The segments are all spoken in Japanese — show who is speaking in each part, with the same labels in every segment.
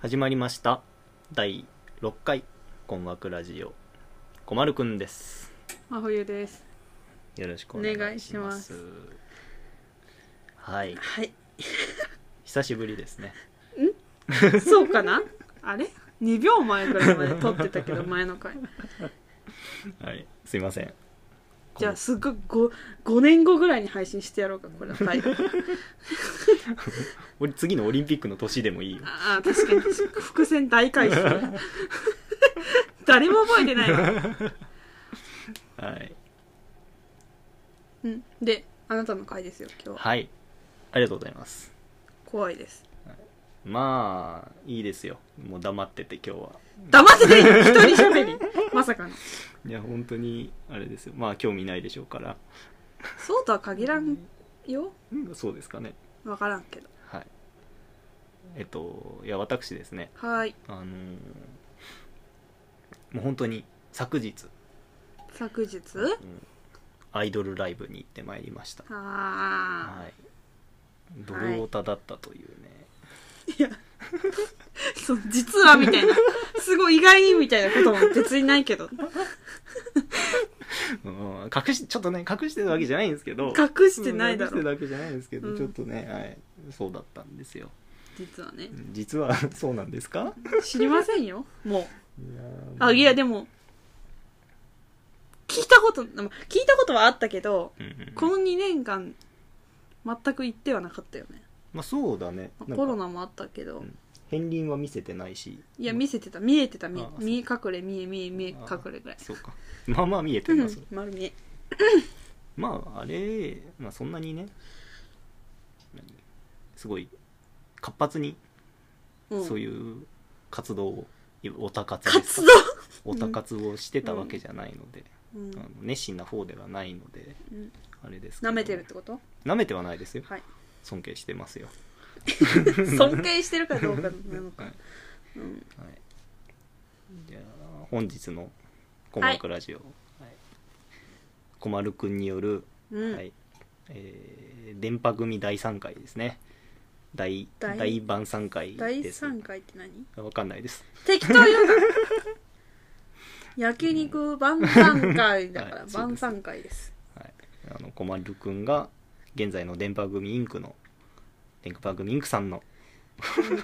Speaker 1: 始まりました第6回困惑ラジオこまるくんです
Speaker 2: 真冬です
Speaker 1: よろしくお願いします
Speaker 2: お
Speaker 1: はい
Speaker 2: はい
Speaker 1: 久しぶりですね
Speaker 2: そうかなあれ2秒前ぐらいまで撮ってたけど前の回
Speaker 1: はいすいません
Speaker 2: じゃあすっごい 5, 5年後ぐらいに配信してやろうかこれははい
Speaker 1: これ次のオリンピックの年でもいいよ
Speaker 2: ああ確かに伏線大回収誰も覚えてないわ、
Speaker 1: はい
Speaker 2: うん、であなたの回ですよ今日は
Speaker 1: はいありがとうございます
Speaker 2: 怖いです
Speaker 1: まあいいですよもう黙ってて今日は
Speaker 2: 黙ってていいの一人喋りまさかの
Speaker 1: いや本当にあれですよまあ興味ないでしょうから
Speaker 2: そうとは限らんよ
Speaker 1: うんそうですかね
Speaker 2: 分からんけど
Speaker 1: はいえっといや私ですね
Speaker 2: はい
Speaker 1: あのーもう本当に昨日、
Speaker 2: 昨日
Speaker 1: うんアイドルライブに行ってまいりました、
Speaker 2: ああ、
Speaker 1: はい、ドルオタだったというね、
Speaker 2: いや、 そう、実はみた いな、すごい意外にみたいなことも別にないけど、
Speaker 1: うん、隠しちょっとね隠してるわけじゃないんですけど
Speaker 2: 隠してないだ
Speaker 1: うん
Speaker 2: ろ、
Speaker 1: 隠してるわけじゃないんですけど、
Speaker 2: うん
Speaker 1: ちょっとね、はい、そうだったんですよ
Speaker 2: 実はね
Speaker 1: う。ん実は そうなんですか
Speaker 2: 知りませんよ、もう。
Speaker 1: いやー
Speaker 2: あ、いや、でも、聞いたこと、でも聞いたことはあったけど、
Speaker 1: うんうん
Speaker 2: この2年間、全く行ってはなかったよね。
Speaker 1: まあそうだね
Speaker 2: まあ
Speaker 1: なんか
Speaker 2: コロナもあったけど、
Speaker 1: うん片鱗は見せてないし
Speaker 2: いや、見せてた、見えてた、見え
Speaker 1: あ、
Speaker 2: 見え隠れ、見え、見え、見え
Speaker 1: あー
Speaker 2: 隠れぐらい。
Speaker 1: そうかまあまあ見えて
Speaker 2: う
Speaker 1: る
Speaker 2: ん
Speaker 1: なそれ、
Speaker 2: 丸見え。
Speaker 1: まああれ、まあ、そんなにね何すごい活発に
Speaker 2: うん
Speaker 1: そういう活動を、オタ活です
Speaker 2: 活動
Speaker 1: オタ活をしてたわけじゃないので、
Speaker 2: うん
Speaker 1: あの熱心な方ではないので
Speaker 2: うん
Speaker 1: あれですけど
Speaker 2: 舐めてるってこと
Speaker 1: 舐めてはないですよ
Speaker 2: はい。
Speaker 1: 尊敬してますよ、
Speaker 2: 尊敬してるかどうかなの
Speaker 1: は
Speaker 2: か
Speaker 1: い。
Speaker 2: うん
Speaker 1: はい、じゃあ本日の「コマクラジオ」はいコマルくんによる、
Speaker 2: うん
Speaker 1: はいえー電波組第3回ですね大
Speaker 2: 大
Speaker 1: 大晩3回
Speaker 2: 第
Speaker 1: です
Speaker 2: 3回って何
Speaker 1: わかんないです
Speaker 2: 適当言う な焼肉晩餐会だか
Speaker 1: は
Speaker 2: ら
Speaker 1: い
Speaker 2: 晩餐会です
Speaker 1: はい、あの小るくんが現在の電波組インクの電波組インクさんの、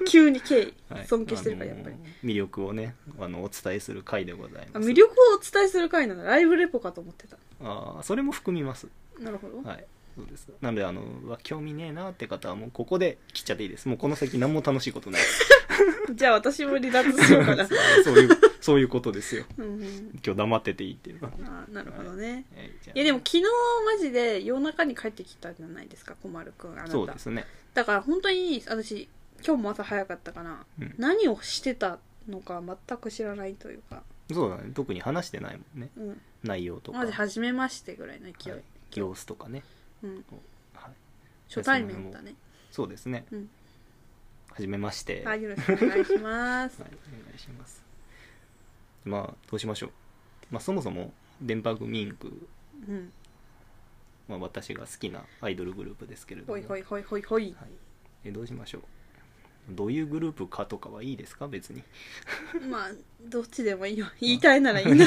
Speaker 2: 急に敬意
Speaker 1: はい
Speaker 2: 尊敬してるからやっぱり
Speaker 1: あのー魅力をねあのお伝えする回でござい
Speaker 2: あ
Speaker 1: ます
Speaker 2: 魅力をお伝えする会なんだライブレポかと思ってた
Speaker 1: あーそれも含みます
Speaker 2: なるほど
Speaker 1: はいそうですなのであのうわ興味ねえなって方はもうここで切っちゃっていいですもうこの先何も楽しいこと ない
Speaker 2: じゃあ私も離脱しよう かな
Speaker 1: そういうそういうことですよ
Speaker 2: うんうん
Speaker 1: 今日黙ってていいっていうのは
Speaker 2: あーなるほどね
Speaker 1: えーじゃあ
Speaker 2: いやでも昨日マジで夜中に帰ってきたじゃないですか小丸くんあな
Speaker 1: そう
Speaker 2: た
Speaker 1: ですね
Speaker 2: だから本当に私今日も朝早かったから
Speaker 1: うん
Speaker 2: 何をしてたのか全く知らないというか
Speaker 1: そうだね特に話してないもんね
Speaker 2: うん
Speaker 1: 内容とか
Speaker 2: まず初めましてぐらいの勢い、
Speaker 1: はい様子とかね、
Speaker 2: うん、
Speaker 1: はい、
Speaker 2: 初対面だね
Speaker 1: そうですね、
Speaker 2: うん
Speaker 1: はじめまして、
Speaker 2: はいよろしくお願いします
Speaker 1: はいお願いしますまあどうしましょう、まあ、そもそも電波組インク、
Speaker 2: うん
Speaker 1: まあ、私が好きなアイドルグループですけれども
Speaker 2: ほいほ
Speaker 1: い、
Speaker 2: いほいほいほい
Speaker 1: はい、えどうしましょうどういうグループかとかはいいですか別に
Speaker 2: まあどっちでもいいよ言いたいなら 言い な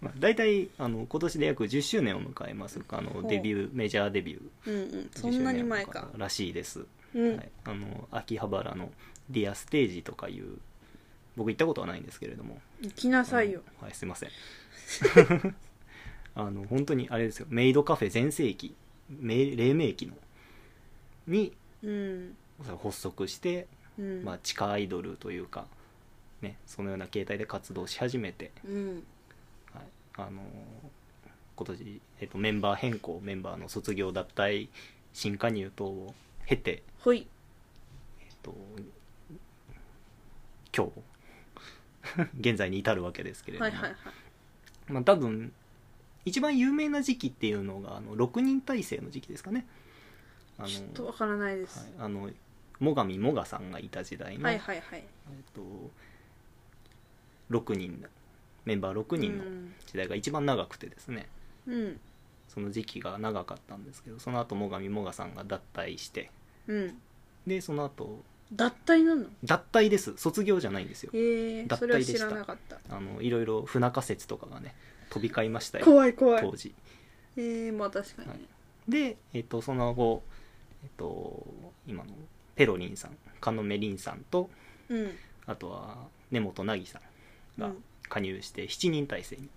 Speaker 1: まあ大体あの今年で約10周年を迎えますあ
Speaker 2: ほ
Speaker 1: の
Speaker 2: う
Speaker 1: デビューメジャーデビュー
Speaker 2: うんうんそんなに前
Speaker 1: 10周
Speaker 2: か
Speaker 1: 年を迎えらしいです
Speaker 2: う
Speaker 1: は
Speaker 2: ん
Speaker 1: い、あの秋葉原の「ディアステージ」とかいう僕行ったことはないんですけれども
Speaker 2: 行きなさいよ
Speaker 1: あのはいすいません あの本当にあれですよメイドカフェ全盛期め黎明期のに
Speaker 2: うん
Speaker 1: 発足して、
Speaker 2: うん
Speaker 1: まあ、地下アイドルというか、ね、そのような形態で活動し始めて、
Speaker 2: うん
Speaker 1: はい、あのー今年、えっと、メンバー変更メンバーの卒業脱退新加入等を経て
Speaker 2: ほい
Speaker 1: えっと今日現在に至るわけですけれど
Speaker 2: は
Speaker 1: も、
Speaker 2: いはいはい
Speaker 1: まあ、多分一番有名な時期っていうのがあの6人体制の時期ですかねあの
Speaker 2: ちょっとわからないです、
Speaker 1: はい、あの最上もがさんがいた時代の、
Speaker 2: はい、はいはい
Speaker 1: えっと、6人のメンバー6人の時代が一番長くてですね、
Speaker 2: うんうん
Speaker 1: その時期が長かったんですけどその後最上もがさんが脱退して
Speaker 2: うん
Speaker 1: でその後
Speaker 2: 脱退なの
Speaker 1: 脱退です卒業じゃないんですよ
Speaker 2: へえ
Speaker 1: 脱退
Speaker 2: それは
Speaker 1: で
Speaker 2: 知
Speaker 1: した
Speaker 2: らなかった
Speaker 1: あのいろいろ不仲説とかがね飛び交いましたよ
Speaker 2: 怖い怖い
Speaker 1: 当時
Speaker 2: ええまあ確かにね、
Speaker 1: で、えっとその後、えっと今のペロリンさんカノメリンさんと
Speaker 2: うん
Speaker 1: あとは根本凪さん
Speaker 2: う
Speaker 1: が
Speaker 2: ん
Speaker 1: 加入して7人体制に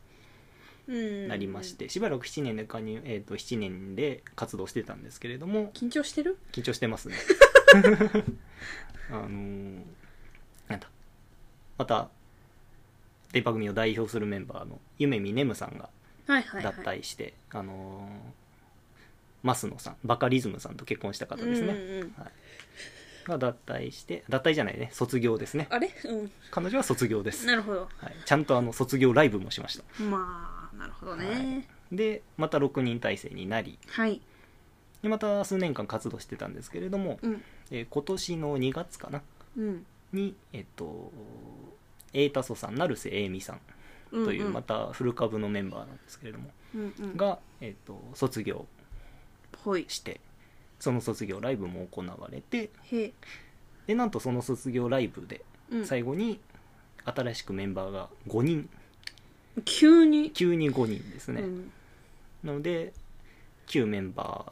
Speaker 2: うん
Speaker 1: なりまして、しばらく7年で加入、えっと7年で活動してたんですけれども
Speaker 2: 緊張してる
Speaker 1: 緊張して ますねあのーなんだまた電波組を代表するメンバーの夢見ねむさんが
Speaker 2: はいはいは
Speaker 1: 脱
Speaker 2: い
Speaker 1: 退して、あのーマスノさんバカリズムさんと結婚した方ですね、
Speaker 2: うんうんうん
Speaker 1: が脱退して脱退じゃないね卒業ですね
Speaker 2: あれうん
Speaker 1: 彼女は卒業です、
Speaker 2: なるほど
Speaker 1: はい、ちゃんとあの卒業ライブもしました
Speaker 2: まあなるほどね
Speaker 1: でまた6人体制になり
Speaker 2: はい、
Speaker 1: でまた数年間活動してたんですけれども、
Speaker 2: うん
Speaker 1: えー今年の2月かな
Speaker 2: うん
Speaker 1: にえっと瑛太祖さん成瀬栄美さん
Speaker 2: うん
Speaker 1: というま
Speaker 2: ま
Speaker 1: た古株のメンバーなんですけれども、
Speaker 2: うんうん
Speaker 1: が、えっと卒業
Speaker 2: ほい
Speaker 1: してその卒業ライブも行われて
Speaker 2: へ
Speaker 1: でなんとその卒業ライブで
Speaker 2: うん
Speaker 1: 最後に新しくメンバーが5人
Speaker 2: 急に
Speaker 1: 急に5人ですね、
Speaker 2: うん
Speaker 1: なので旧メンバ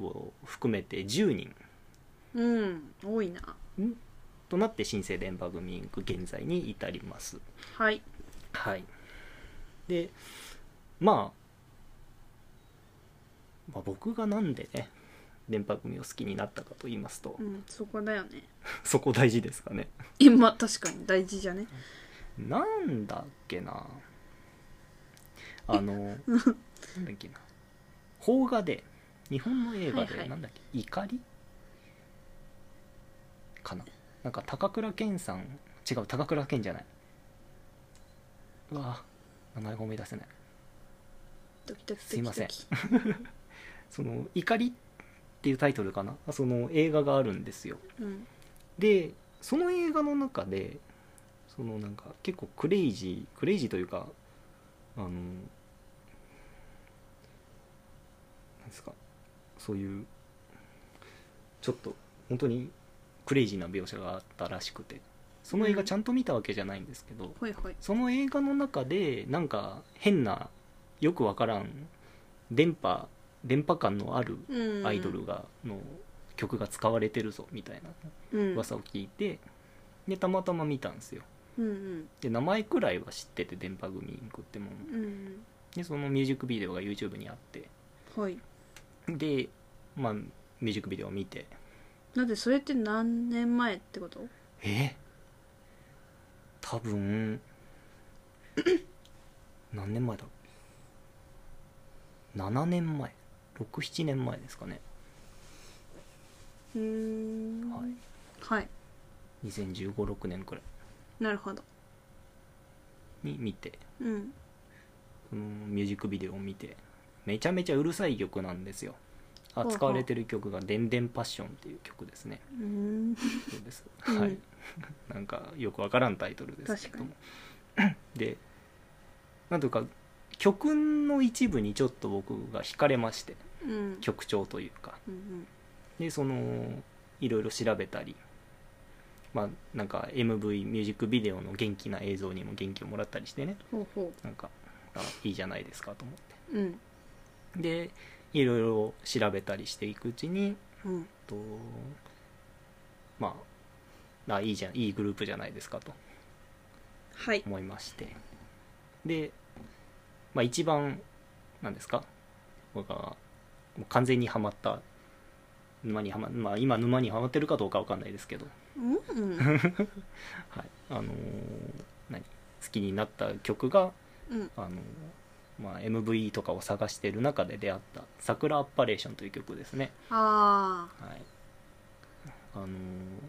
Speaker 1: ーを含めて10人
Speaker 2: うん多いな
Speaker 1: となって新生電波組現在に至ります
Speaker 2: はい
Speaker 1: はいでまあ、まあ僕がなんでね電波組を好きになったかと言いますと、
Speaker 2: うんそこだよ ね
Speaker 1: そこ大事ですかね
Speaker 2: えまあ確かに大事じゃね
Speaker 1: なんだっけなあのなんだっけな邦画で日本の映画
Speaker 2: はいは
Speaker 1: で
Speaker 2: い
Speaker 1: なんだっけ、怒りかななんか高倉健さん違う高倉健じゃないうわ名前が思い出せない
Speaker 2: ドキドキドキドキ
Speaker 1: すいませんその「怒り」っていうタイトルかなその映画があるんですよ
Speaker 2: うん
Speaker 1: でその映画の中でそのなんか結構クレイジークレイジーというかあのなんですかそういうちょっと本当にクレイジーな描写があったらしくてその映画ちゃんと見たわけじゃないんですけど、
Speaker 2: ほいほい
Speaker 1: その映画の中でなんか変なよくわからん電波電波感のある
Speaker 2: うん
Speaker 1: アイドルがの曲が使われてるぞみたいな
Speaker 2: う ん
Speaker 1: 噂を聞いてでたまたま見たんですよ
Speaker 2: うんうん
Speaker 1: で名前くらいは知ってて電波組インクってもの
Speaker 2: うんうん
Speaker 1: でそのミュージックビデオが YouTube にあって
Speaker 2: ほい
Speaker 1: でまあミュージックビデオを見て
Speaker 2: だってそれって何年前ってこと
Speaker 1: え多分何年前だ7年前67年前ですかね
Speaker 2: うーん
Speaker 1: はい
Speaker 2: はい
Speaker 1: 2 0 1 5 6年くらい
Speaker 2: なるほど
Speaker 1: に見て
Speaker 2: うん
Speaker 1: そのミュージックビデオを見てめちゃめちゃうるさい曲なんですよあ
Speaker 2: ほうほう
Speaker 1: 使われてる曲が「でんでんパッション」っていう曲ですね
Speaker 2: うーん
Speaker 1: そうです、
Speaker 2: うん
Speaker 1: はい なんかよくわからんタイトルですけども でなんというか曲の一部にちょっと僕が惹かれまして
Speaker 2: うん
Speaker 1: 曲調というか
Speaker 2: うん
Speaker 1: でそのいろいろ調べたりまあなんか MV ミュージックビデオの元気な映像にも元気をもらったりしてね
Speaker 2: うんほうほ
Speaker 1: なんかあいいじゃないですかと思って
Speaker 2: ううん
Speaker 1: でいろいろ調べたりしていくうちに
Speaker 2: うん
Speaker 1: とまああいいじゃんいいグループじゃないですかと
Speaker 2: はい
Speaker 1: 思いましてで、まあ、一番なんですか僕がもう完全にはまった沼にはま、まあ、今沼にはまってるかどうかわかんないですけど、
Speaker 2: うん
Speaker 1: はい、あのー何好きになった曲が、
Speaker 2: うん
Speaker 1: あのーまあ、MV とかを探してる中で出会った「桜アッパレーション」という曲ですね
Speaker 2: ああ
Speaker 1: はい、あのー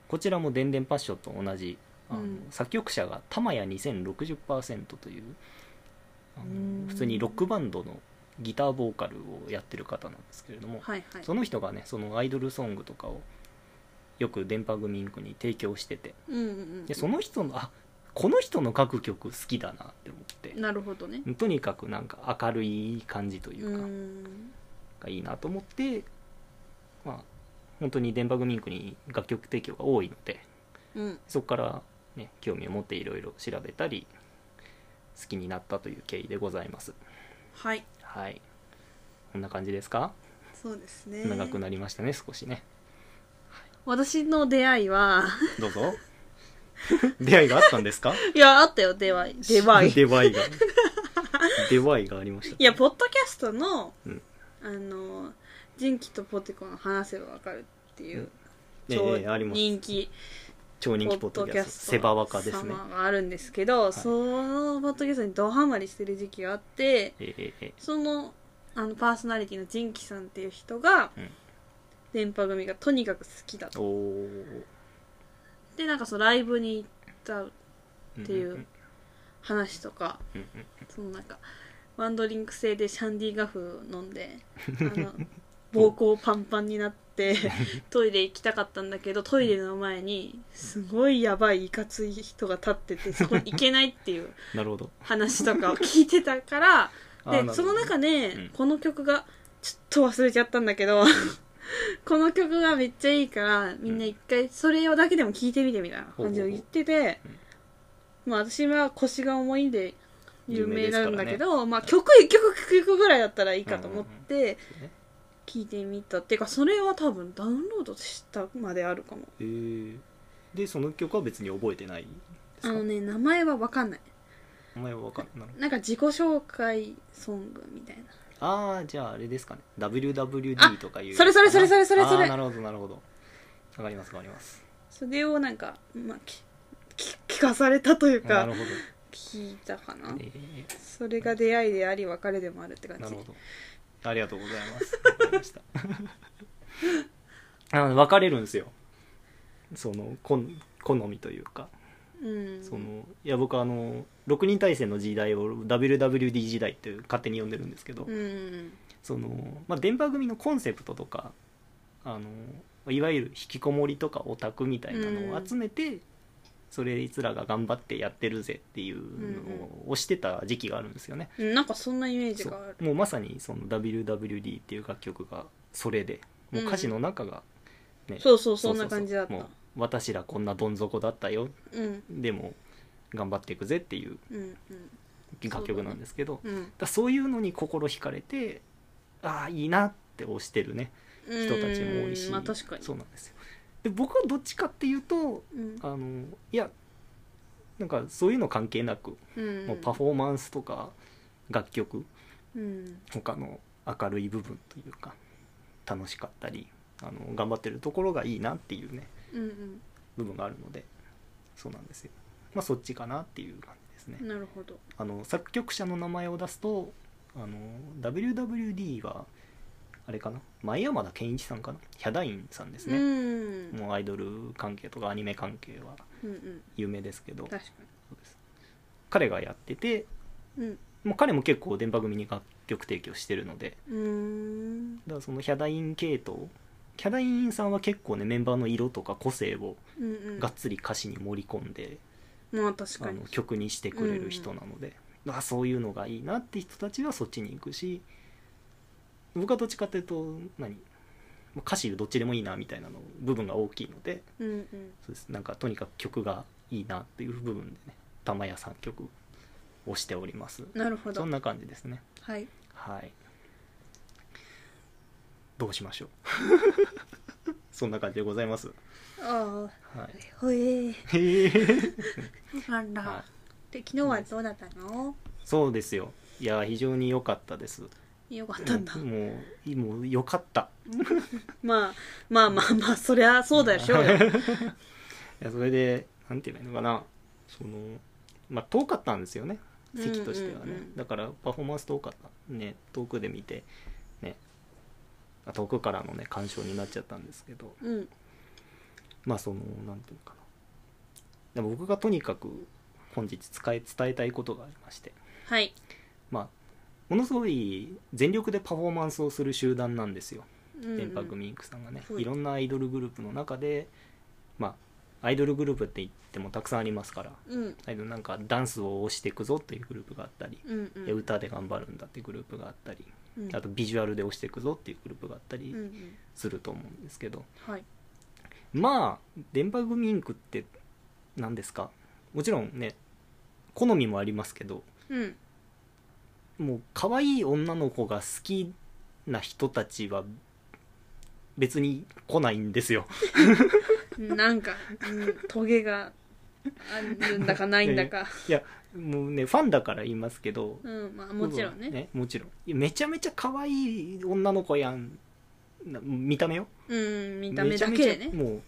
Speaker 1: こちらも「でんでんパッション」と同じあの、
Speaker 2: うん
Speaker 1: 作曲者が玉屋2060%というあのー
Speaker 2: うん
Speaker 1: 普通にロックバンドのギターボーカルをやってる方なんですけれども、
Speaker 2: はいはい
Speaker 1: その人がねそのアイドルソングとかをよく電波組インクに提供してて
Speaker 2: うんうん
Speaker 1: でその人のあこの人の書く曲好きだなって思って
Speaker 2: うんなるほどね
Speaker 1: とにかくなんか明るい感じといううか、
Speaker 2: ーん
Speaker 1: がいいなと思って、まあ、本当にデンバーグミンクに楽曲提供が多いので
Speaker 2: うん
Speaker 1: そこから、ね、興味を持っていろいろ調べたり好きになったという経緯でございます
Speaker 2: はい
Speaker 1: はいこんな感じですか
Speaker 2: そうですね
Speaker 1: 長くなりましたね少しね
Speaker 2: 私の出会い は
Speaker 1: どうぞ 出会いがあったんですか
Speaker 2: いやあったよ出会い 出会い
Speaker 1: 出会いが出会いがありました
Speaker 2: いやポッドキャストの、
Speaker 1: うん
Speaker 2: あの人気とポテコの話せばわかるっていう、
Speaker 1: ええ
Speaker 2: 超
Speaker 1: ええあります
Speaker 2: 人気
Speaker 1: 超人気ポ
Speaker 2: ポ
Speaker 1: ッ
Speaker 2: ッ
Speaker 1: ド
Speaker 2: ド
Speaker 1: キ
Speaker 2: キ
Speaker 1: ャス
Speaker 2: ャ
Speaker 1: ト
Speaker 2: スト
Speaker 1: セバワカですね
Speaker 2: 様があるんですけど、
Speaker 1: い
Speaker 2: そのポッドキャストにドハマりしてる時期があって
Speaker 1: えええええ
Speaker 2: そのあのパーソナリティのジンキさんっていう人が、
Speaker 1: うん
Speaker 2: 電波組がとにかく好きだ
Speaker 1: え
Speaker 2: と
Speaker 1: おー
Speaker 2: でなんかそのライブに行った
Speaker 1: って
Speaker 2: いう話とかそのなんかワンドリンク製でシャンディガフ飲んで あの膀胱パンパンになってトイレ行きたかったんだけどトイレの前にすごいやばいいかつい人が立っててそこに行けないっていう
Speaker 1: なるほど
Speaker 2: 話とかを聞いてたから
Speaker 1: あーなるほ
Speaker 2: で
Speaker 1: ど
Speaker 2: その中で、
Speaker 1: うん
Speaker 2: この曲がちょっと忘れちゃったんだけど この曲がめっちゃいいからみんな一回それをだけでも聴いてみてみたいな感じを言ってて、
Speaker 1: ほうほうほう
Speaker 2: まあ私は腰が重いんで有名なんだけど、まあ
Speaker 1: はい
Speaker 2: 曲一曲一曲ぐらいだったらいいかと思って
Speaker 1: うんうん
Speaker 2: 聴いてみたっていうかそれは多分ダウンロードしたまであるかも
Speaker 1: えーでその曲は別に覚えてないです
Speaker 2: あ
Speaker 1: か
Speaker 2: のね名前は分かんない
Speaker 1: お前はわかんない
Speaker 2: なんか自己紹介ソングみたいな
Speaker 1: ああじゃああれですかね WWD
Speaker 2: あ
Speaker 1: とかいう
Speaker 2: それそれそれそれそれそれ
Speaker 1: あーなるほどなるほどわかりますわかります
Speaker 2: それをなんか、まあ、きき聞かされたという
Speaker 1: な
Speaker 2: か
Speaker 1: るほど
Speaker 2: 聞いたかな
Speaker 1: ええ
Speaker 2: それが出会いであり別れでもあるって感
Speaker 1: な
Speaker 2: じ
Speaker 1: るほど。ありがとうございます。わかりま した。あの別れるんですよ。そのこん好みというか、
Speaker 2: うん
Speaker 1: そのいや僕あの6人対戦の時代を WWD 時代って勝手に呼んでるんですけど、
Speaker 2: うん
Speaker 1: そのまあ電波組のコンセプトとかあのいわゆる引きこもりとかオタクみたいなのを集めて、それいつらが頑張ってやってるぜっていうのを推してた時期があるんですよね。
Speaker 2: うんなんかそんなイメージ
Speaker 1: そ
Speaker 2: がある
Speaker 1: うもうまさにその WWD っていう楽曲がそれでもう歌詞の中が、ね
Speaker 2: そうそうそんな感じだった
Speaker 1: もう私らこんなどん底だったよ
Speaker 2: うん
Speaker 1: でも頑張っていくぜっていう
Speaker 2: うん
Speaker 1: 楽曲なんですけどそう,、
Speaker 2: うんうん
Speaker 1: だそういうのに心惹かれてああいいなって推してるね人たちも多いし、
Speaker 2: うんまあ確かに
Speaker 1: そうなんですよで僕はどっちかっていうと
Speaker 2: うん
Speaker 1: あのいやなんかそういうの関係なく、
Speaker 2: うん
Speaker 1: もうパフォーマンスとか楽曲
Speaker 2: うん
Speaker 1: 他の明るい部分というか楽しかったりあの頑張ってるところがいいなっていうね
Speaker 2: うん
Speaker 1: 部分があるのでそうなんですよまあそっちかなっていう感じですね
Speaker 2: うんなるほど
Speaker 1: あの作曲者の名前を出すとあの WWD はあれかな前山田健一さんかなヒャダインさんです
Speaker 2: うん
Speaker 1: ね、
Speaker 2: うん
Speaker 1: もうアイドル関係とかアニメ関係は
Speaker 2: うん
Speaker 1: 有名ですけど
Speaker 2: 確か
Speaker 1: そうです彼がやってて
Speaker 2: にうん
Speaker 1: もう彼も結構電波組に楽曲提供してるので
Speaker 2: うーん
Speaker 1: だからそのヒャダイン系統ヒャダインさんは結構ねメンバーの色とか個性を
Speaker 2: うんうん
Speaker 1: がっつり歌詞に盛り込んで、
Speaker 2: まあ確
Speaker 1: あ
Speaker 2: かに
Speaker 1: の曲にしてくれる人なので、あそういうのがいいなって人たちはそっちに行くし僕はどっちかっていうと何歌詞どっちでもいいなみたいなの部分が大きいので
Speaker 2: うんうん
Speaker 1: そうですなんかとにかく曲がいいなっていう部分でね玉屋さん曲をしております
Speaker 2: なるほ
Speaker 1: そ
Speaker 2: ど
Speaker 1: んな感じですね
Speaker 2: はい
Speaker 1: はい。どうしましょう。 そんな感じでございます。
Speaker 2: ああ
Speaker 1: はい。
Speaker 2: ほえ
Speaker 1: へえ
Speaker 2: あ
Speaker 1: は
Speaker 2: ら
Speaker 1: い
Speaker 2: で昨日はどうだったの
Speaker 1: そうですよ。いや非常に良かったです。
Speaker 2: よかったんだ
Speaker 1: もうもう良かった。
Speaker 2: まあまあまあまあそりゃそうだでしょ うよ
Speaker 1: いやそれでなんて言えばいいのかな。そのまあ遠かったんですよね。席としてはね。
Speaker 2: うんうんうん
Speaker 1: だからパフォーマンス遠かった。ね遠くで見てね。あ遠くからのね鑑賞になっちゃったんですけど。
Speaker 2: うん
Speaker 1: まあそのなんていうのかなでも僕がとにかく本日使い伝えたいことがありまして
Speaker 2: はい
Speaker 1: まあものすごい全力でパフォーマンスをする集団なんですよ、電波組インクさんがね、
Speaker 2: はい
Speaker 1: いろんなアイドルグループの中でまあアイドルグループって言ってもたくさんありますから
Speaker 2: うん
Speaker 1: アイドルなんかダンスを推していくぞっていうグループがあったり、
Speaker 2: うんうん
Speaker 1: で歌で頑張るんだってグループがあったり
Speaker 2: うん
Speaker 1: あとビジュアルで押していくぞっていうグループがあった
Speaker 2: うんう
Speaker 1: り
Speaker 2: ん
Speaker 1: すると思うんですけど、
Speaker 2: はい
Speaker 1: まあ電波組インクって何ですかもちろんね好みもありますけど
Speaker 2: うん
Speaker 1: もう可愛い女の子が好きな人たちは別に来ないんですよ。
Speaker 2: なんか、うん、トゲがあるんだかないんだか、
Speaker 1: いやもうねファンだから言いますけど
Speaker 2: うんまあ、もちろんね
Speaker 1: もちろんいやめちゃめちゃ可愛い女の子やんな見た目よ
Speaker 2: うん見た目だけ
Speaker 1: め
Speaker 2: で
Speaker 1: ちゃめち
Speaker 2: ね
Speaker 1: ゃもうもう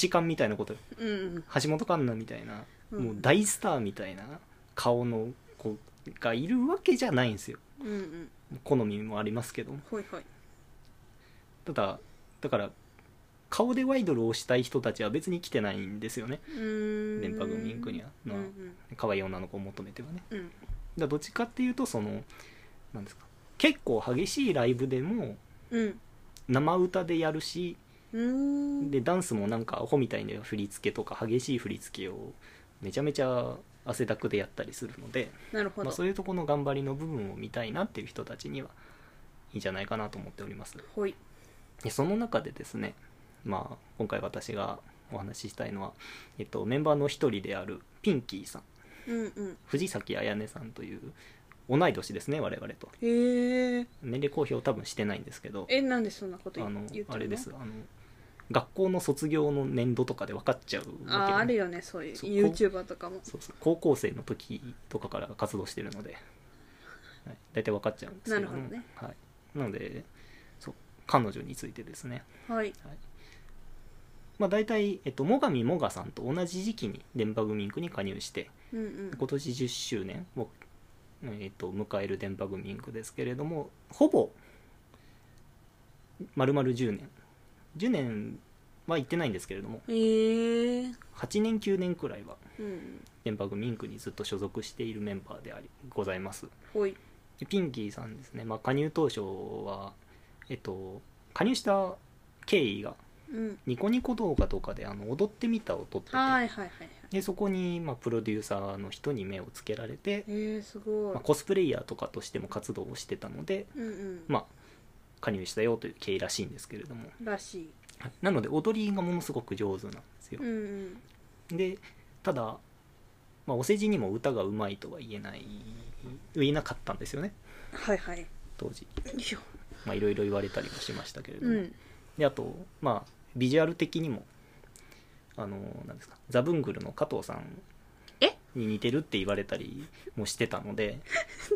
Speaker 1: 橋勘みたいなことよ
Speaker 2: う
Speaker 1: 橋
Speaker 2: ん
Speaker 1: 本環奈みたいな、
Speaker 2: うん
Speaker 1: もう大スターみたいな顔の子がいるわけじゃないんですよ
Speaker 2: うんうん
Speaker 1: 好みもありますけど
Speaker 2: ほいほい
Speaker 1: ただだから顔でワイドルをしたい人たちは別に来てないんですよね
Speaker 2: うーん
Speaker 1: 電波組インクには、
Speaker 2: うん
Speaker 1: まあ可愛い女の子を求めてはね
Speaker 2: うんうん
Speaker 1: だからどっちかっていうとそのなんですか結構激しいライブでも
Speaker 2: うん
Speaker 1: 生歌でやるし
Speaker 2: うーん
Speaker 1: でダンスもなんかアホみたいな振り付けとか激しい振り付けをめちゃめちゃ汗だくでやったりするので、
Speaker 2: なるほ
Speaker 1: ま
Speaker 2: ど、
Speaker 1: あ、そういうとこの頑張りの部分を見たいなっていう人たちにはいいんじゃないかなと思っております
Speaker 2: ほい
Speaker 1: でその中でですね、まあ、今回私がお話ししたいのは、えっと、メンバーの一人であるピンキーさん
Speaker 2: うんうん
Speaker 1: 藤崎彩音さんという同い年ですね我々と
Speaker 2: へえ
Speaker 1: 年齢公表多分してないんですけど
Speaker 2: えなんでそんなこと
Speaker 1: あ
Speaker 2: 言
Speaker 1: の
Speaker 2: 言ってるの
Speaker 1: あれですあの学校の卒業の年度とかで分かっちゃうわけ
Speaker 2: あーあ
Speaker 1: ね
Speaker 2: るよねそういう
Speaker 1: そう
Speaker 2: YouTuber とかも
Speaker 1: そうそう高校生の時とかから活動してるので、はい、大体分かっちゃうんですけども
Speaker 2: なるほどね
Speaker 1: はい、なのでそう彼女についてですね、
Speaker 2: はい
Speaker 1: まあ、大体、えっと、最上もがさんと同じ時期に電波組インクに加入して
Speaker 2: うんうん
Speaker 1: 今年10周年を、えっと、迎える電波組インクですけれどもほぼ丸々10年10年は行ってないんですけれども
Speaker 2: へえ
Speaker 1: 8年9年くらいは
Speaker 2: うん
Speaker 1: 電波組インクにずっと所属しているメンバーでありございます
Speaker 2: ほい
Speaker 1: でピンキーさんですね、まあ、加入当初は、えっと、加入した経緯が
Speaker 2: うん
Speaker 1: ニコニコ動画とかであの踊ってみたを撮ってて
Speaker 2: はいはいはいはい
Speaker 1: でそこに、まあ、プロデューサーの人に目をつけられて、
Speaker 2: えー、すごい
Speaker 1: まあ、コスプレイヤーとかとしても活動をしてたので、
Speaker 2: うんうん
Speaker 1: まあ、加入したよという経緯らしいんですけれども
Speaker 2: らしい
Speaker 1: なので踊りがものすごく上手なんですよ
Speaker 2: うんうん
Speaker 1: でただ、まあ、お世辞にも歌がうまいとは言えない言えなかったんですよね
Speaker 2: はいはいよ
Speaker 1: 当時
Speaker 2: いしょ
Speaker 1: まあいろいろ言われたりもしましたけれども、
Speaker 2: うん
Speaker 1: であとまあビジュアル的にもあのなんですかザブングルの加藤さん
Speaker 2: え
Speaker 1: に似てるって言われたりもしてたので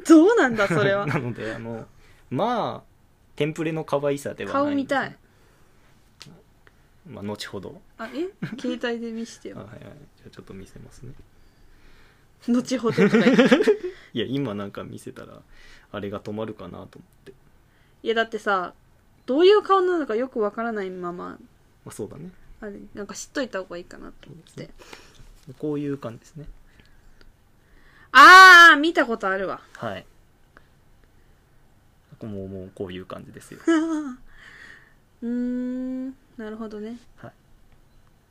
Speaker 2: どうな んだそれは
Speaker 1: なのであのまあテンプレの可愛さではない
Speaker 2: 顔見たい、
Speaker 1: まあ、後ほど、
Speaker 2: あえ携帯で見して
Speaker 1: あは
Speaker 2: よ
Speaker 1: いはい、じゃあちょっと見せますね
Speaker 2: 後ほどとか言って
Speaker 1: いや今なんか見せたらあれが止まるかなと思って、
Speaker 2: いやだってさどういう顔なのかよくわからないまま
Speaker 1: まあ、そうだね
Speaker 2: あれなんか知っといた方がいいかなと思っ
Speaker 1: そうで
Speaker 2: て
Speaker 1: こういう感じですね
Speaker 2: あー見たことあるわ
Speaker 1: はいもうもうこういう感じ ですよ
Speaker 2: うーんなるほどね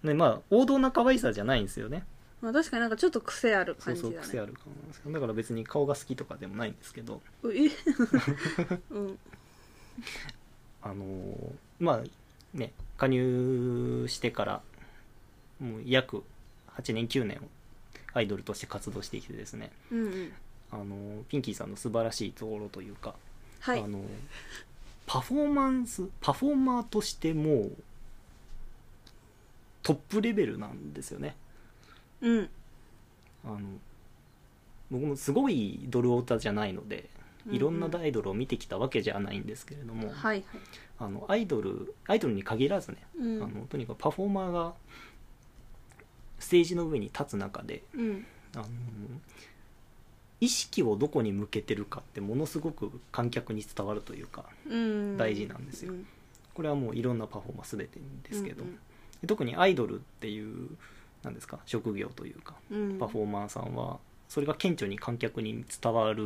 Speaker 1: でまあ王道な可愛さじゃないんですよね
Speaker 2: まあ確かになんかちょっと癖ある
Speaker 1: そ
Speaker 2: 感
Speaker 1: う
Speaker 2: じ
Speaker 1: そ
Speaker 2: だ
Speaker 1: う
Speaker 2: ね
Speaker 1: 癖ある顔なんですけどだから別に顔が好きとかでもないんですけど
Speaker 2: うえうん
Speaker 1: あのーまあね加入してからもう約8年9年をアイドルとして活動してきてですね
Speaker 2: うんうん
Speaker 1: あのーピンキーさんの素晴らしいところというか、
Speaker 2: はい
Speaker 1: あのーパフォーマンスパフォーマーとしてもうトップレベルなんですよね
Speaker 2: うん
Speaker 1: あの僕もすごいドルオタじゃないのでいろんな
Speaker 2: うんうん
Speaker 1: アイドルを見てきたわけじゃないんですけれども、
Speaker 2: はいはい
Speaker 1: あのアイドルアイドルに限らずね、
Speaker 2: うん
Speaker 1: あのとにかくパフォーマーがステージの上に立つ中で
Speaker 2: うん
Speaker 1: あの意識をどこに向けてるかってものすごく観客に伝わるというか
Speaker 2: うん
Speaker 1: 大事なんですよ
Speaker 2: うん
Speaker 1: これはもういろんなパフォーマー全てですけど、
Speaker 2: うん
Speaker 1: 特にアイドルっていうなんですか職業というか
Speaker 2: うん
Speaker 1: パフォーマーさんはそれが顕著に観客に伝わる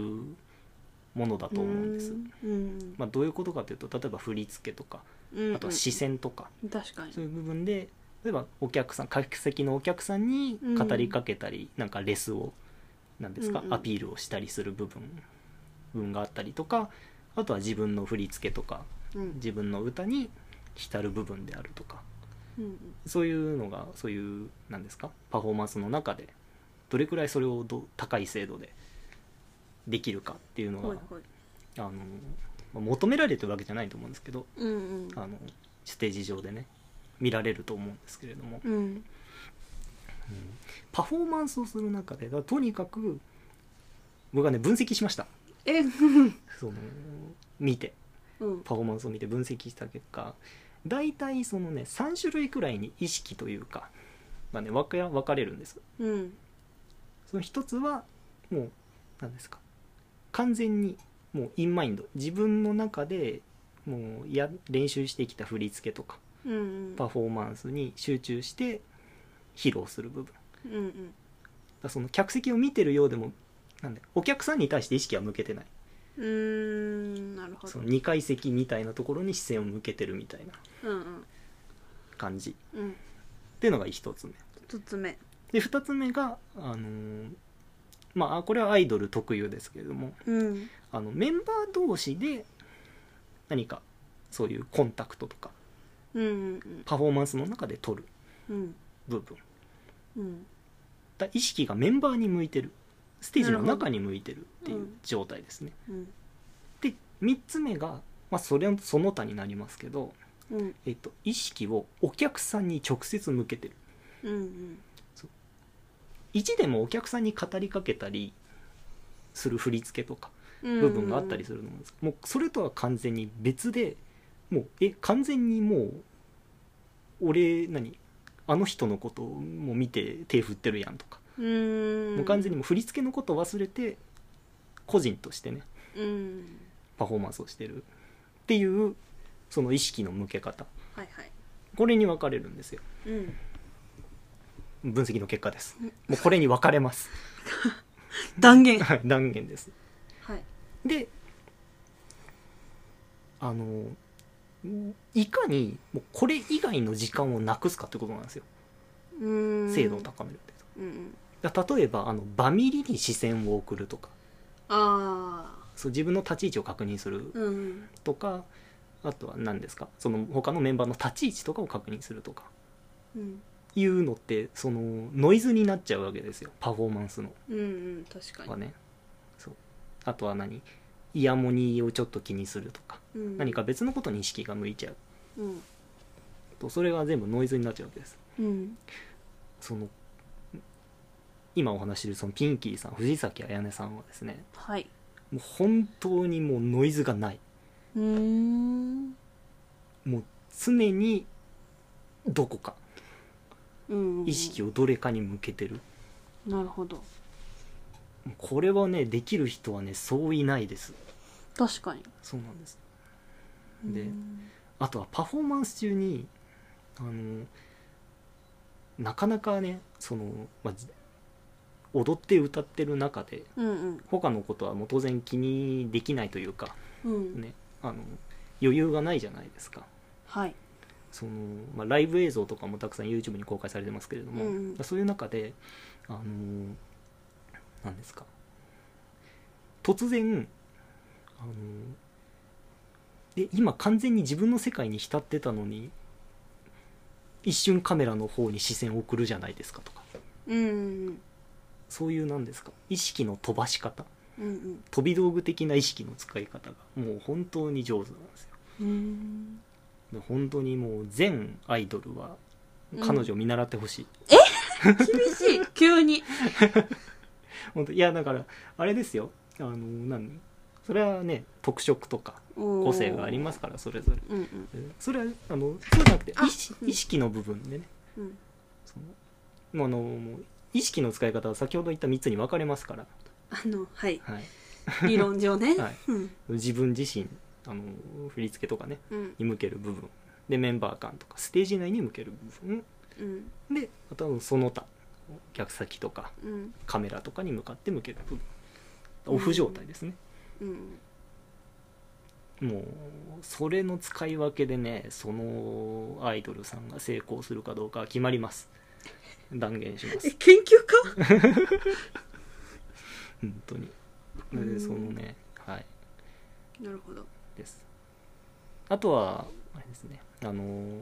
Speaker 1: ものだと思うんです、
Speaker 2: うん
Speaker 1: まあ、どういうことかというと例えば振り付けとか
Speaker 2: うん
Speaker 1: あとは視線とか
Speaker 2: うん確かに
Speaker 1: そういう部分で例えばお客さん客席のお客さんに語りかけたり、なんかレスをなんですか、
Speaker 2: うんうん
Speaker 1: アピールをしたりする部分部分があったりとかああとは自分の振り付けとか
Speaker 2: うん
Speaker 1: 自分の歌に浸る部分であるとか
Speaker 2: うん
Speaker 1: そういうのがそういうなんですかパフォーマンスの中でどれくらいそれをど高い精度でできるかっていうの
Speaker 2: ほい
Speaker 1: が
Speaker 2: ほい
Speaker 1: あの、まあ求められてるわけじゃないと思うんですけど
Speaker 2: うん
Speaker 1: あのステージ上でね見られると思うんですけれども
Speaker 2: うんうん
Speaker 1: パフォーマンスをする中でだからとにかく僕はね分析しました
Speaker 2: え
Speaker 1: その見て
Speaker 2: うん
Speaker 1: パフォーマンスを見て分析した結果大体そのね3種類くらいに意識というかがね分か分かれるんです
Speaker 2: うん
Speaker 1: その一つはもう何ですか完全にもうインマインド自分の中でもうや練習してきた振り付けとか
Speaker 2: うんうん
Speaker 1: パフォーマンスに集中して披露する部分だか
Speaker 2: うんうん
Speaker 1: らその客席を見てるようでもなんでお客さんに対して意識は向けてないう
Speaker 2: ーんなるほ
Speaker 1: そ
Speaker 2: ど
Speaker 1: の2階席みたいなところに視線を向けてるみたいな
Speaker 2: うんうん
Speaker 1: 感じっ
Speaker 2: うん
Speaker 1: ていうのが1つ目
Speaker 2: 一つ目
Speaker 1: で2つ目があのーまああこれはアイドル特有ですけれども
Speaker 2: うん
Speaker 1: あのメンバー同士で何かそういうコンタクトとか
Speaker 2: うんうん
Speaker 1: パフォーマンスの中で取る
Speaker 2: うん
Speaker 1: 部分
Speaker 2: うん
Speaker 1: だ意識がメンバーに向いてるステージの中に向いてるっていう状態ですね、
Speaker 2: うん
Speaker 1: で3つ目が、まあ、それその他になりますけど、
Speaker 2: うん
Speaker 1: えっと、意識をお客さんに直接向けてる
Speaker 2: うんうん
Speaker 1: 1でもお客さんに語りかけたりする振り付けとか
Speaker 2: うん
Speaker 1: 部分があったりすると思うんですけど、もうそれとは完全に別でもうえ完全にもう俺何あの人のことをもう見て手振ってるやんとか、
Speaker 2: うーん
Speaker 1: もう完全にもう振り付けのことを忘れて個人としてね
Speaker 2: うん
Speaker 1: パフォーマンスをしてるっていうその意識の向け方
Speaker 2: はいはい
Speaker 1: これに分かれるんですよ
Speaker 2: うん
Speaker 1: 分析の結果ですもうこれに分かれます
Speaker 2: 断言
Speaker 1: はい断言です
Speaker 2: はい
Speaker 1: であのいかにもうこれ以外の時間をなくすかってことなんですよ
Speaker 2: うーん
Speaker 1: 精度を高めるって
Speaker 2: うんうん
Speaker 1: だから例えばあのバミリに視線を送るとか
Speaker 2: ああ
Speaker 1: そう自分の立ち位置を確認する
Speaker 2: うん
Speaker 1: とかあとは何ですかその他のメンバーの立ち位置とかを確認するとか
Speaker 2: うん
Speaker 1: いうのってそのノイズになっちゃうわけですよパフォーマンスの
Speaker 2: うんうん確か
Speaker 1: が
Speaker 2: に、
Speaker 1: ねそうあとは何イヤモニをちょっと気にするとか
Speaker 2: うん、
Speaker 1: 何か別のことに意識が向いちゃう
Speaker 2: うん
Speaker 1: とそれが全部ノイズになっちゃうわけです
Speaker 2: うん
Speaker 1: その今お話しするそのピンキーさん藤崎彩音さんはですね
Speaker 2: はい
Speaker 1: もう本当にもうノイズがないう
Speaker 2: ーん
Speaker 1: もう常にどこか
Speaker 2: うん
Speaker 1: 意識をどれかに向けてる
Speaker 2: なるほど
Speaker 1: もうこれはねできる人はねそういないです
Speaker 2: 確かに
Speaker 1: そうなんですで
Speaker 2: うん
Speaker 1: あとはパフォーマンス中にあのなかなかねその、まあじ踊って歌ってる中で
Speaker 2: うん
Speaker 1: 他のことはもう当然気にできないというか
Speaker 2: うんうん
Speaker 1: ね、あの余裕がないじゃないですか
Speaker 2: はい
Speaker 1: その、まあ、ライブ映像とかもたくさん YouTube に公開されてますけれども、
Speaker 2: うんうん
Speaker 1: そういう中であの何ですか突然あので今完全に自分の世界に浸ってたのに一瞬カメラの方に視線を送るじゃないですかとか
Speaker 2: うんうん
Speaker 1: そういう何ですか意識の飛ばし方
Speaker 2: うん
Speaker 1: 飛び道具的な意識の使い方がもう本当に上手なんですよ。
Speaker 2: うんうん
Speaker 1: で本当にもう全アイドルは
Speaker 2: うん
Speaker 1: 彼女を見習ってほしい、
Speaker 2: 厳しい急に
Speaker 1: 本当いやだからあれですよあのなんそれはね特色とか
Speaker 2: 個
Speaker 1: 個性がありますすからそれぞれ
Speaker 2: うんうん
Speaker 1: それはあのそうじゃなくて
Speaker 2: あ
Speaker 1: 意識
Speaker 2: うん
Speaker 1: 意識の部分でね
Speaker 2: うん
Speaker 1: そのあのもう意識の使い方は先ほど言った3つに分かれますから、
Speaker 2: あのはい
Speaker 1: はい
Speaker 2: 理論上ね
Speaker 1: はい、
Speaker 2: うん
Speaker 1: 自分自身あの振り付けとかね
Speaker 2: うん
Speaker 1: に向ける部分でメンバー感とかステージ内に向ける部分
Speaker 2: うん
Speaker 1: であとはその他客先とか
Speaker 2: うん
Speaker 1: カメラとかに向かって向ける部分
Speaker 2: うん
Speaker 1: オフ状態ですね、
Speaker 2: うん
Speaker 1: もうそれの使い分けでねそのアイドルさんが成功するかどうかは決まります断言しま
Speaker 2: え
Speaker 1: す
Speaker 2: 研究家
Speaker 1: 本当に
Speaker 2: うん
Speaker 1: でそのねはい
Speaker 2: なるほど
Speaker 1: ですあとはあれですねあの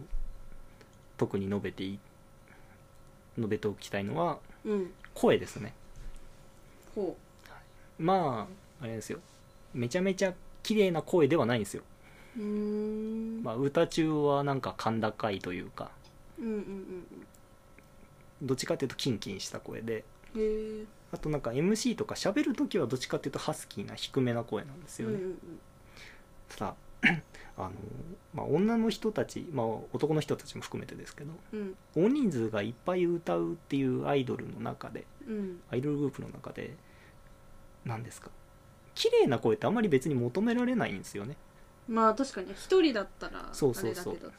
Speaker 1: 特に述べてい述べておきたいのは
Speaker 2: うん
Speaker 1: 声ですね
Speaker 2: ほ
Speaker 1: まああれですよめちゃめちゃ綺麗な声ではないんですよ、
Speaker 2: ううーん、
Speaker 1: まあ、歌中はなんか甲高いというか
Speaker 2: うんうんうん
Speaker 1: どっちかっていうとキンキンした声で
Speaker 2: うんへえ
Speaker 1: あとなんか MC とか喋る時はどっちかっていうとハスキーな低めな声なんですよね、
Speaker 2: うんうん
Speaker 1: ただあ の、まあ、女の人たち、まあ、男の人たちも含めてですけど
Speaker 2: うん
Speaker 1: 大人数がいっぱい歌うっていうアイドルの中で
Speaker 2: うん
Speaker 1: アイドルグループの中で何ですか綺麗な声ってあんまり別に求められないんですよね
Speaker 2: まあ確かに一人だったらあれだけど
Speaker 1: そうそうそうだか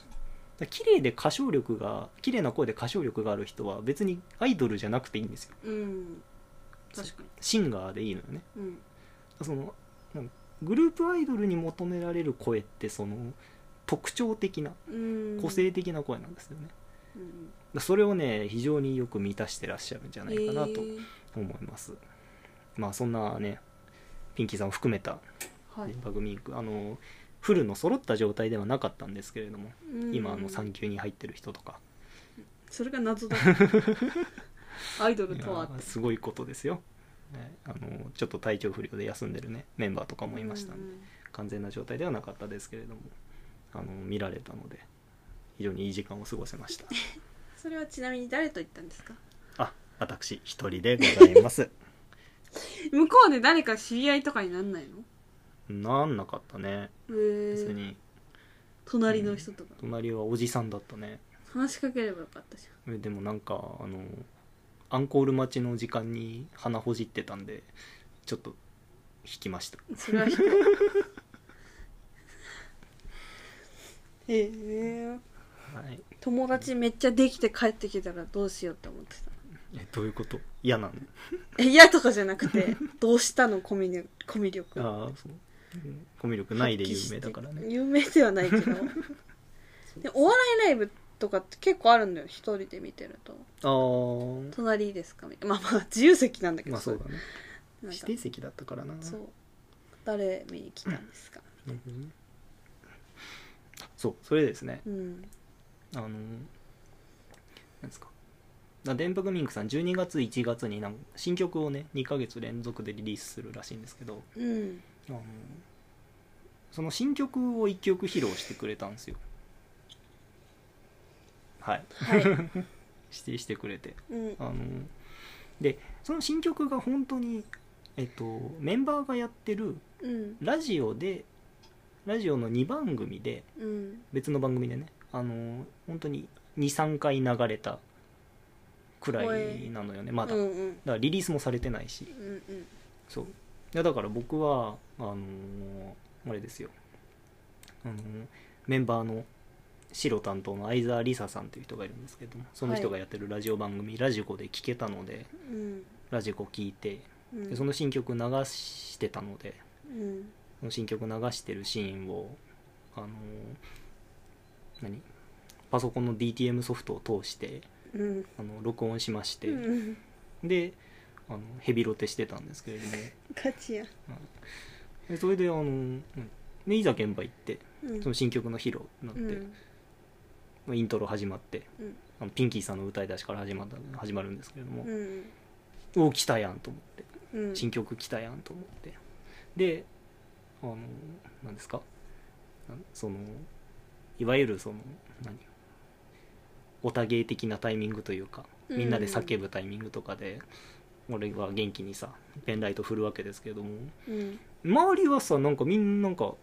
Speaker 1: ら綺麗で歌唱力が綺麗な声で歌唱力がある人は別にアイドルじゃなくていいんですよ
Speaker 2: うん確か
Speaker 1: シンガーでいいのよね
Speaker 2: にうん
Speaker 1: そのなんかグループアイドルに求められる声ってその特徴的な
Speaker 2: うん
Speaker 1: 個性的な声なんですよね、だか
Speaker 2: うん
Speaker 1: らそれをね非常によく満たしてらっしゃるんじゃないかなと
Speaker 2: へえ
Speaker 1: 思います、まあそんなねピンキーさんを含めた
Speaker 2: はい
Speaker 1: 番組あのフルの揃った状態ではなかったんですけれども、
Speaker 2: うん
Speaker 1: 今あの産休に入ってる人とか
Speaker 2: それが 謎だアイドルとはい
Speaker 1: やすごいことですよ、ねあのちょっと体調不良で休んでるねメンバーとかもいましたんで、
Speaker 2: うん
Speaker 1: 完全な状態ではなかったですけれどもあの見られたので非常にいい時間を過ごせました
Speaker 2: それはちなみに誰と行ったんですか
Speaker 1: あ私一人でございます
Speaker 2: 向こうで誰か知り合いとかになんないの
Speaker 1: なんなかったね
Speaker 2: へ
Speaker 1: 別
Speaker 2: え
Speaker 1: に
Speaker 2: 隣の人とか、
Speaker 1: 隣はおじさんだったね
Speaker 2: 話しかければよかったじ
Speaker 1: えでもなんかあのアンコール待ちの時間に鼻ほじってたんでちょっと引きました
Speaker 2: ゃんそれはへえ
Speaker 1: はい
Speaker 2: 友達めっちゃできて帰ってきたらどうしようって思ってた
Speaker 1: えどういうこと嫌なの
Speaker 2: え嫌とかじゃなく てどうしたのコミュコミュ力
Speaker 1: ああそううんコミュ力ないで有名だから
Speaker 2: 発
Speaker 1: ね
Speaker 2: 揮して有名ではないけ どでお笑いライブとかって結構あるんだよ一人で見てると
Speaker 1: ああ
Speaker 2: 隣ですかみたいなまあまあ自由席なんだけど、
Speaker 1: まあそうだね
Speaker 2: なん
Speaker 1: 指
Speaker 2: か
Speaker 1: 定席だったからな
Speaker 2: そう誰見に来たんですか
Speaker 1: なるほどねそうそれでですね
Speaker 2: うん
Speaker 1: あのなんですかだ電白ミンクさん12月1月になん新曲をね2ヶ月連続でリリースするらしいんですけど
Speaker 2: うん
Speaker 1: あのその新曲を1曲披露してくれたんですよはい
Speaker 2: はい、
Speaker 1: 指定してくれて
Speaker 2: うん、
Speaker 1: あのでその新曲が本当にえっとメンバーがやってる
Speaker 2: うん
Speaker 1: ラジオでラジオの2番組で
Speaker 2: うん
Speaker 1: 別の番組でねあの本当に23回流れたくらいなのよねまだ、
Speaker 2: う
Speaker 1: だ
Speaker 2: んうん
Speaker 1: からリリースもされてないし
Speaker 2: うんうん
Speaker 1: そういやだから僕はあのーあれですよ、あのーメンバーの白担当の相沢梨沙さんっていう人がいるんですけどもその人がやってるラジオ番組「ラジコ」で聴けたので
Speaker 2: うん
Speaker 1: ラジコ聴いて
Speaker 2: うん
Speaker 1: でその新曲流してたので
Speaker 2: うん
Speaker 1: その新曲流してるシーンをあのー何パソコンの DTM ソフトを通して
Speaker 2: うん
Speaker 1: あの録音しまして、
Speaker 2: うん
Speaker 1: であのヘビロテしてたんですけれども
Speaker 2: ガチや
Speaker 1: でそれであの、うんでいざ現場行って
Speaker 2: うん
Speaker 1: その新曲の披露になっ
Speaker 2: う
Speaker 1: て、
Speaker 2: ん
Speaker 1: まあイントロ始まって
Speaker 2: うん
Speaker 1: あのピンキーさんの歌い出しから始まった始まるんですけれども
Speaker 2: う、ん
Speaker 1: おお来たやんと思って
Speaker 2: うん
Speaker 1: 新曲来たやんと思ってであの何ですかなんそのいわゆるその何オタ芸的なタイミングというかみんなで叫ぶタイミングとかで、俺は元気にさペンライト振るわけですけれども
Speaker 2: うん
Speaker 1: 周りはさなんかみんななんか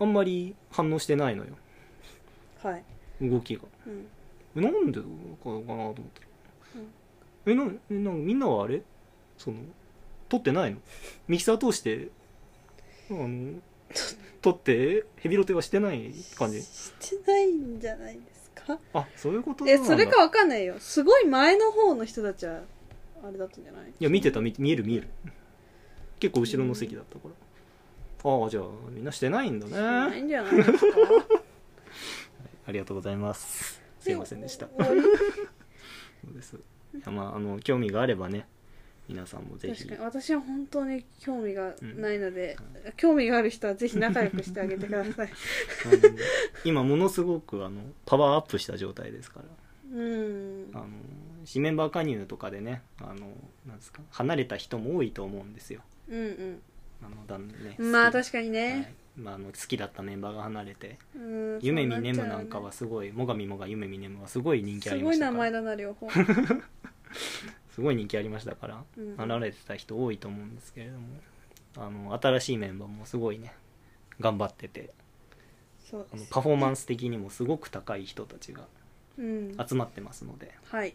Speaker 1: あんまり反応してないのよ
Speaker 2: はい
Speaker 1: 動きが
Speaker 2: うん
Speaker 1: えなんでかかなと思って、えなえなんかみんなはあれその撮ってないのミキサー通してあの撮ってヘビロテはしてない感じ
Speaker 2: してないんじゃないですか
Speaker 1: あそういうこと
Speaker 2: え
Speaker 1: なんだ
Speaker 2: それかわかんないよすごい前の方の人たちはあれだったんじゃない
Speaker 1: いや見てた見見える見える結構後ろの席だったから、ああじゃあみんなしてないんだ
Speaker 2: してな
Speaker 1: ね
Speaker 2: いんじゃないですか
Speaker 1: ありがとうござい ますすいませんでした
Speaker 2: 終わり
Speaker 1: そうですいやまああの興味があればね皆さんもぜ
Speaker 2: 確
Speaker 1: ひ
Speaker 2: かに私は本当に興味がないので、
Speaker 1: うん
Speaker 2: 興味がある人はぜひ仲良くしてあげてく ださ
Speaker 1: あ
Speaker 2: い
Speaker 1: の今ものすごくあのパワーアップした状態ですから
Speaker 2: うん
Speaker 1: あの新メンバー加入とかでねあのなんですか離れた人も多いと思うんですよ
Speaker 2: うん
Speaker 1: あのだんね
Speaker 2: うんまあ
Speaker 1: 好き
Speaker 2: 確かにね、
Speaker 1: はいまあ、あの好きだったメンバーが離れて
Speaker 2: うん
Speaker 1: 夢
Speaker 2: そ
Speaker 1: 見
Speaker 2: う
Speaker 1: ね
Speaker 2: っちゃ
Speaker 1: む
Speaker 2: うよ
Speaker 1: な
Speaker 2: ね
Speaker 1: んかはすごい最上もが夢見ねむはすごい人気あ
Speaker 2: す
Speaker 1: りま
Speaker 2: ごい
Speaker 1: し
Speaker 2: 名
Speaker 1: たか
Speaker 2: 前
Speaker 1: ら
Speaker 2: だな両 方、
Speaker 1: すごい人気ありましたから
Speaker 2: うん
Speaker 1: 離れてた人多いと思うんですけれどもあの新しいメンバーもすごいね頑張ってて
Speaker 2: そう
Speaker 1: あ
Speaker 2: で
Speaker 1: の
Speaker 2: す
Speaker 1: パフォーマンス的にもすごく高い人たちが
Speaker 2: うん
Speaker 1: 集まってますので
Speaker 2: はい、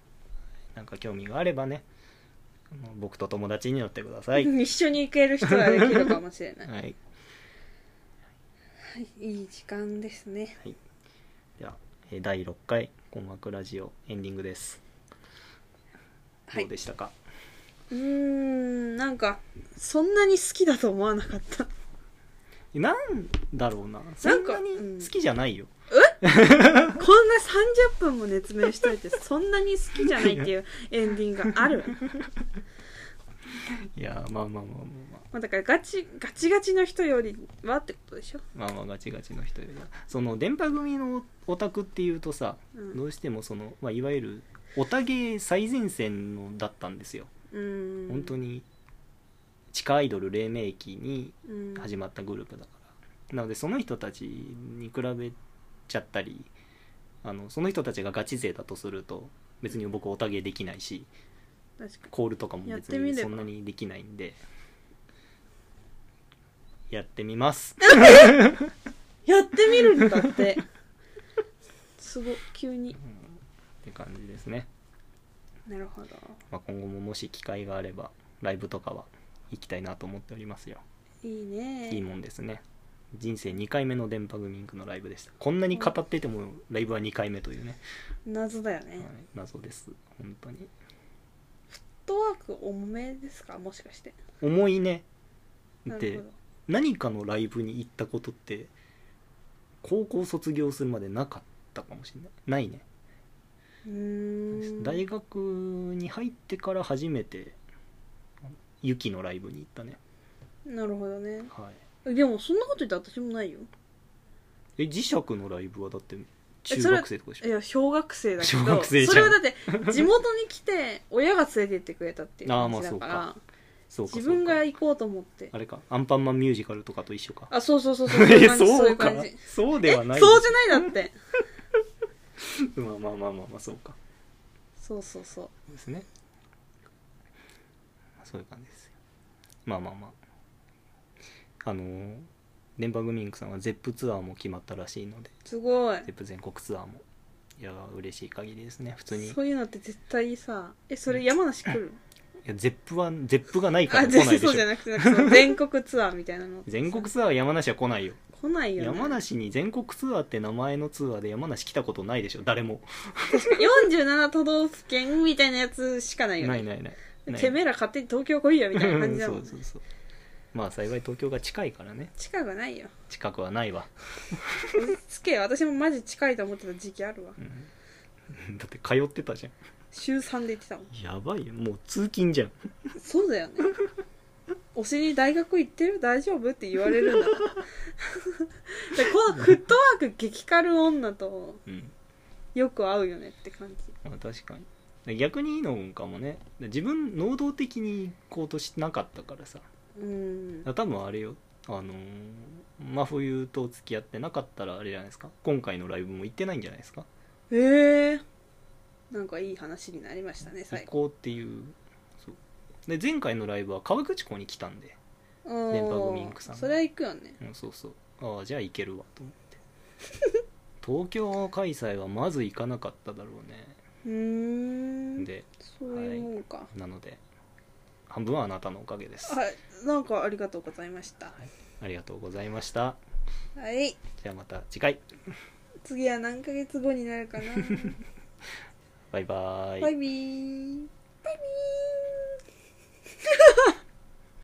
Speaker 1: なんか興味があればねあの僕と友達になってください、は、
Speaker 2: 一緒に行ける人ができるかもしれない、はいい、いい時間ですね
Speaker 1: ではえー第6回「困惑ラジオ」エンディングです
Speaker 2: は
Speaker 1: ど
Speaker 2: いう
Speaker 1: でしたか、
Speaker 2: うーんなんかそんなに好きだと思わなかった
Speaker 1: なんだろうなそ
Speaker 2: なん
Speaker 1: ん
Speaker 2: か
Speaker 1: な
Speaker 2: うん
Speaker 1: に好きじゃないよ、
Speaker 2: こんな30分も熱弁しといてそんなに好きじゃないっていうエンディングがある、
Speaker 1: いやーまあまあまあまあ
Speaker 2: まあ、だからガチガチガチの人よりはってことでしょ、
Speaker 1: まあまあまあガチガチの人よりはその電波組のオタクっていうとさ
Speaker 2: うん
Speaker 1: どうしてもその、まあ、いわゆるオタゲ最前線のだったんですよ
Speaker 2: うん
Speaker 1: 本当に地下アイドル黎明期に
Speaker 2: うん
Speaker 1: 始まったグループだからなのでその人たちに比べちゃったりあのその人たちがガチ勢だとすると別に僕オタゲできないし
Speaker 2: 確か
Speaker 1: コールとかも
Speaker 2: やって
Speaker 1: 別
Speaker 2: みれ
Speaker 1: に
Speaker 2: ば
Speaker 1: そんなにできないんでやってみます
Speaker 2: にやってみるんだってすごい急に
Speaker 1: って感じですね、
Speaker 2: なるほど
Speaker 1: まあ、今後ももし機会があればライブとかは行きたいなと思っておりますよ
Speaker 2: いいね
Speaker 1: いいもんですね人生2回目の電波組ンクのライブでしたこんなに語っててもライブは2回目というね、
Speaker 2: 謎だよね、
Speaker 1: はい、謎です本当に
Speaker 2: フットワーク重めですかもしかして
Speaker 1: 重いね
Speaker 2: な
Speaker 1: で
Speaker 2: る
Speaker 1: 何かのライブに行ったことって高校卒業するまでなかったかもしれないないね
Speaker 2: ほどうーん
Speaker 1: 大学に入ってから初めてユキのライブに行ったね
Speaker 2: なるほどね
Speaker 1: はい
Speaker 2: でもそんなこと言ったら私もないよ
Speaker 1: え磁石のライブはだって中
Speaker 2: それ
Speaker 1: 学生とかでし
Speaker 2: いや小学生だけ
Speaker 1: 小
Speaker 2: ど
Speaker 1: 学生じゃん
Speaker 2: それはだって地元に来て親が連れてってくれたっていう
Speaker 1: あー
Speaker 2: 感
Speaker 1: ま
Speaker 2: じ
Speaker 1: あ
Speaker 2: だから
Speaker 1: ょそうか
Speaker 2: 自分
Speaker 1: そう
Speaker 2: が
Speaker 1: か
Speaker 2: 行こうと思って
Speaker 1: あれかアンパンマンミュージカルとかと一緒か
Speaker 2: あそうそうそうそう い
Speaker 1: え
Speaker 2: う感じそう い
Speaker 1: そう
Speaker 2: う
Speaker 1: か
Speaker 2: 感じ
Speaker 1: そう
Speaker 2: え
Speaker 1: で
Speaker 2: そう
Speaker 1: はない
Speaker 2: じゃないだって
Speaker 1: まあまあまあまあまあそうか
Speaker 2: そうそうそう
Speaker 1: ですねそういう感じですよまあまあまああのー電波グミンクさんは ZEP ツアーも決まったらしいのです
Speaker 2: ごい
Speaker 1: ZEP 全国ツアーもいやー嬉しい限りですね普通にい
Speaker 2: そういうのって絶対さえそれ山梨来る
Speaker 1: や ZEP は ZEP がないか
Speaker 2: あ
Speaker 1: ら来ないで
Speaker 2: 全然
Speaker 1: し
Speaker 2: そうじゃ
Speaker 1: ょ
Speaker 2: なくてなんかその全国ツアーみたいなの
Speaker 1: 全国ツアーは山梨は来ないよ
Speaker 2: 来ないよ、ね、
Speaker 1: 山梨に全国ツアーって名前のツアーで山梨来たことないでしょ誰も
Speaker 2: 47都道府県みたいなやつしかないよね
Speaker 1: ないないないない
Speaker 2: てめえら勝手に東京来いよみたいな感じだ
Speaker 1: そ
Speaker 2: もん、
Speaker 1: う
Speaker 2: ね
Speaker 1: そ、うそうまあ幸い東京が近いからね
Speaker 2: 近くないよ
Speaker 1: 近くはないわ
Speaker 2: つけよ私もマジ近いと思ってた時期あるわ
Speaker 1: うん だって通ってたじゃん
Speaker 2: 週3で行ってたもん
Speaker 1: やばいよもう通勤じゃん
Speaker 2: そうだよねお尻大学行ってる大丈夫って言われるん だからでこのフットワーク激軽女と
Speaker 1: うん、
Speaker 2: よく合うよねって感じ
Speaker 1: まあ、確かに逆にいいのかもね自分能動的に行動してなかったからさ
Speaker 2: うん
Speaker 1: 多分あれよあのー真冬と付き合ってなかったらあれじゃないですか今回のライブも行ってないんじゃないですか
Speaker 2: ええなんかいい話になりましたね
Speaker 1: 行
Speaker 2: 最後
Speaker 1: こうっていうそうで前回のライブは河口湖に来たんで、電波組インクさん
Speaker 2: それは行くよね
Speaker 1: うん、そうそうああじゃあ行けるわと思って 東京開催はまず行かなかっただろう
Speaker 2: うー
Speaker 1: んねで
Speaker 2: そういうもんか、
Speaker 1: なので半分はあなたのおかげです
Speaker 2: はい、なんかありがとうございました。
Speaker 1: ありがとうございました
Speaker 2: はい、
Speaker 1: じゃあまた次回
Speaker 2: 次は何ヶ月後になるかな。
Speaker 1: バイバイ
Speaker 2: バイビー。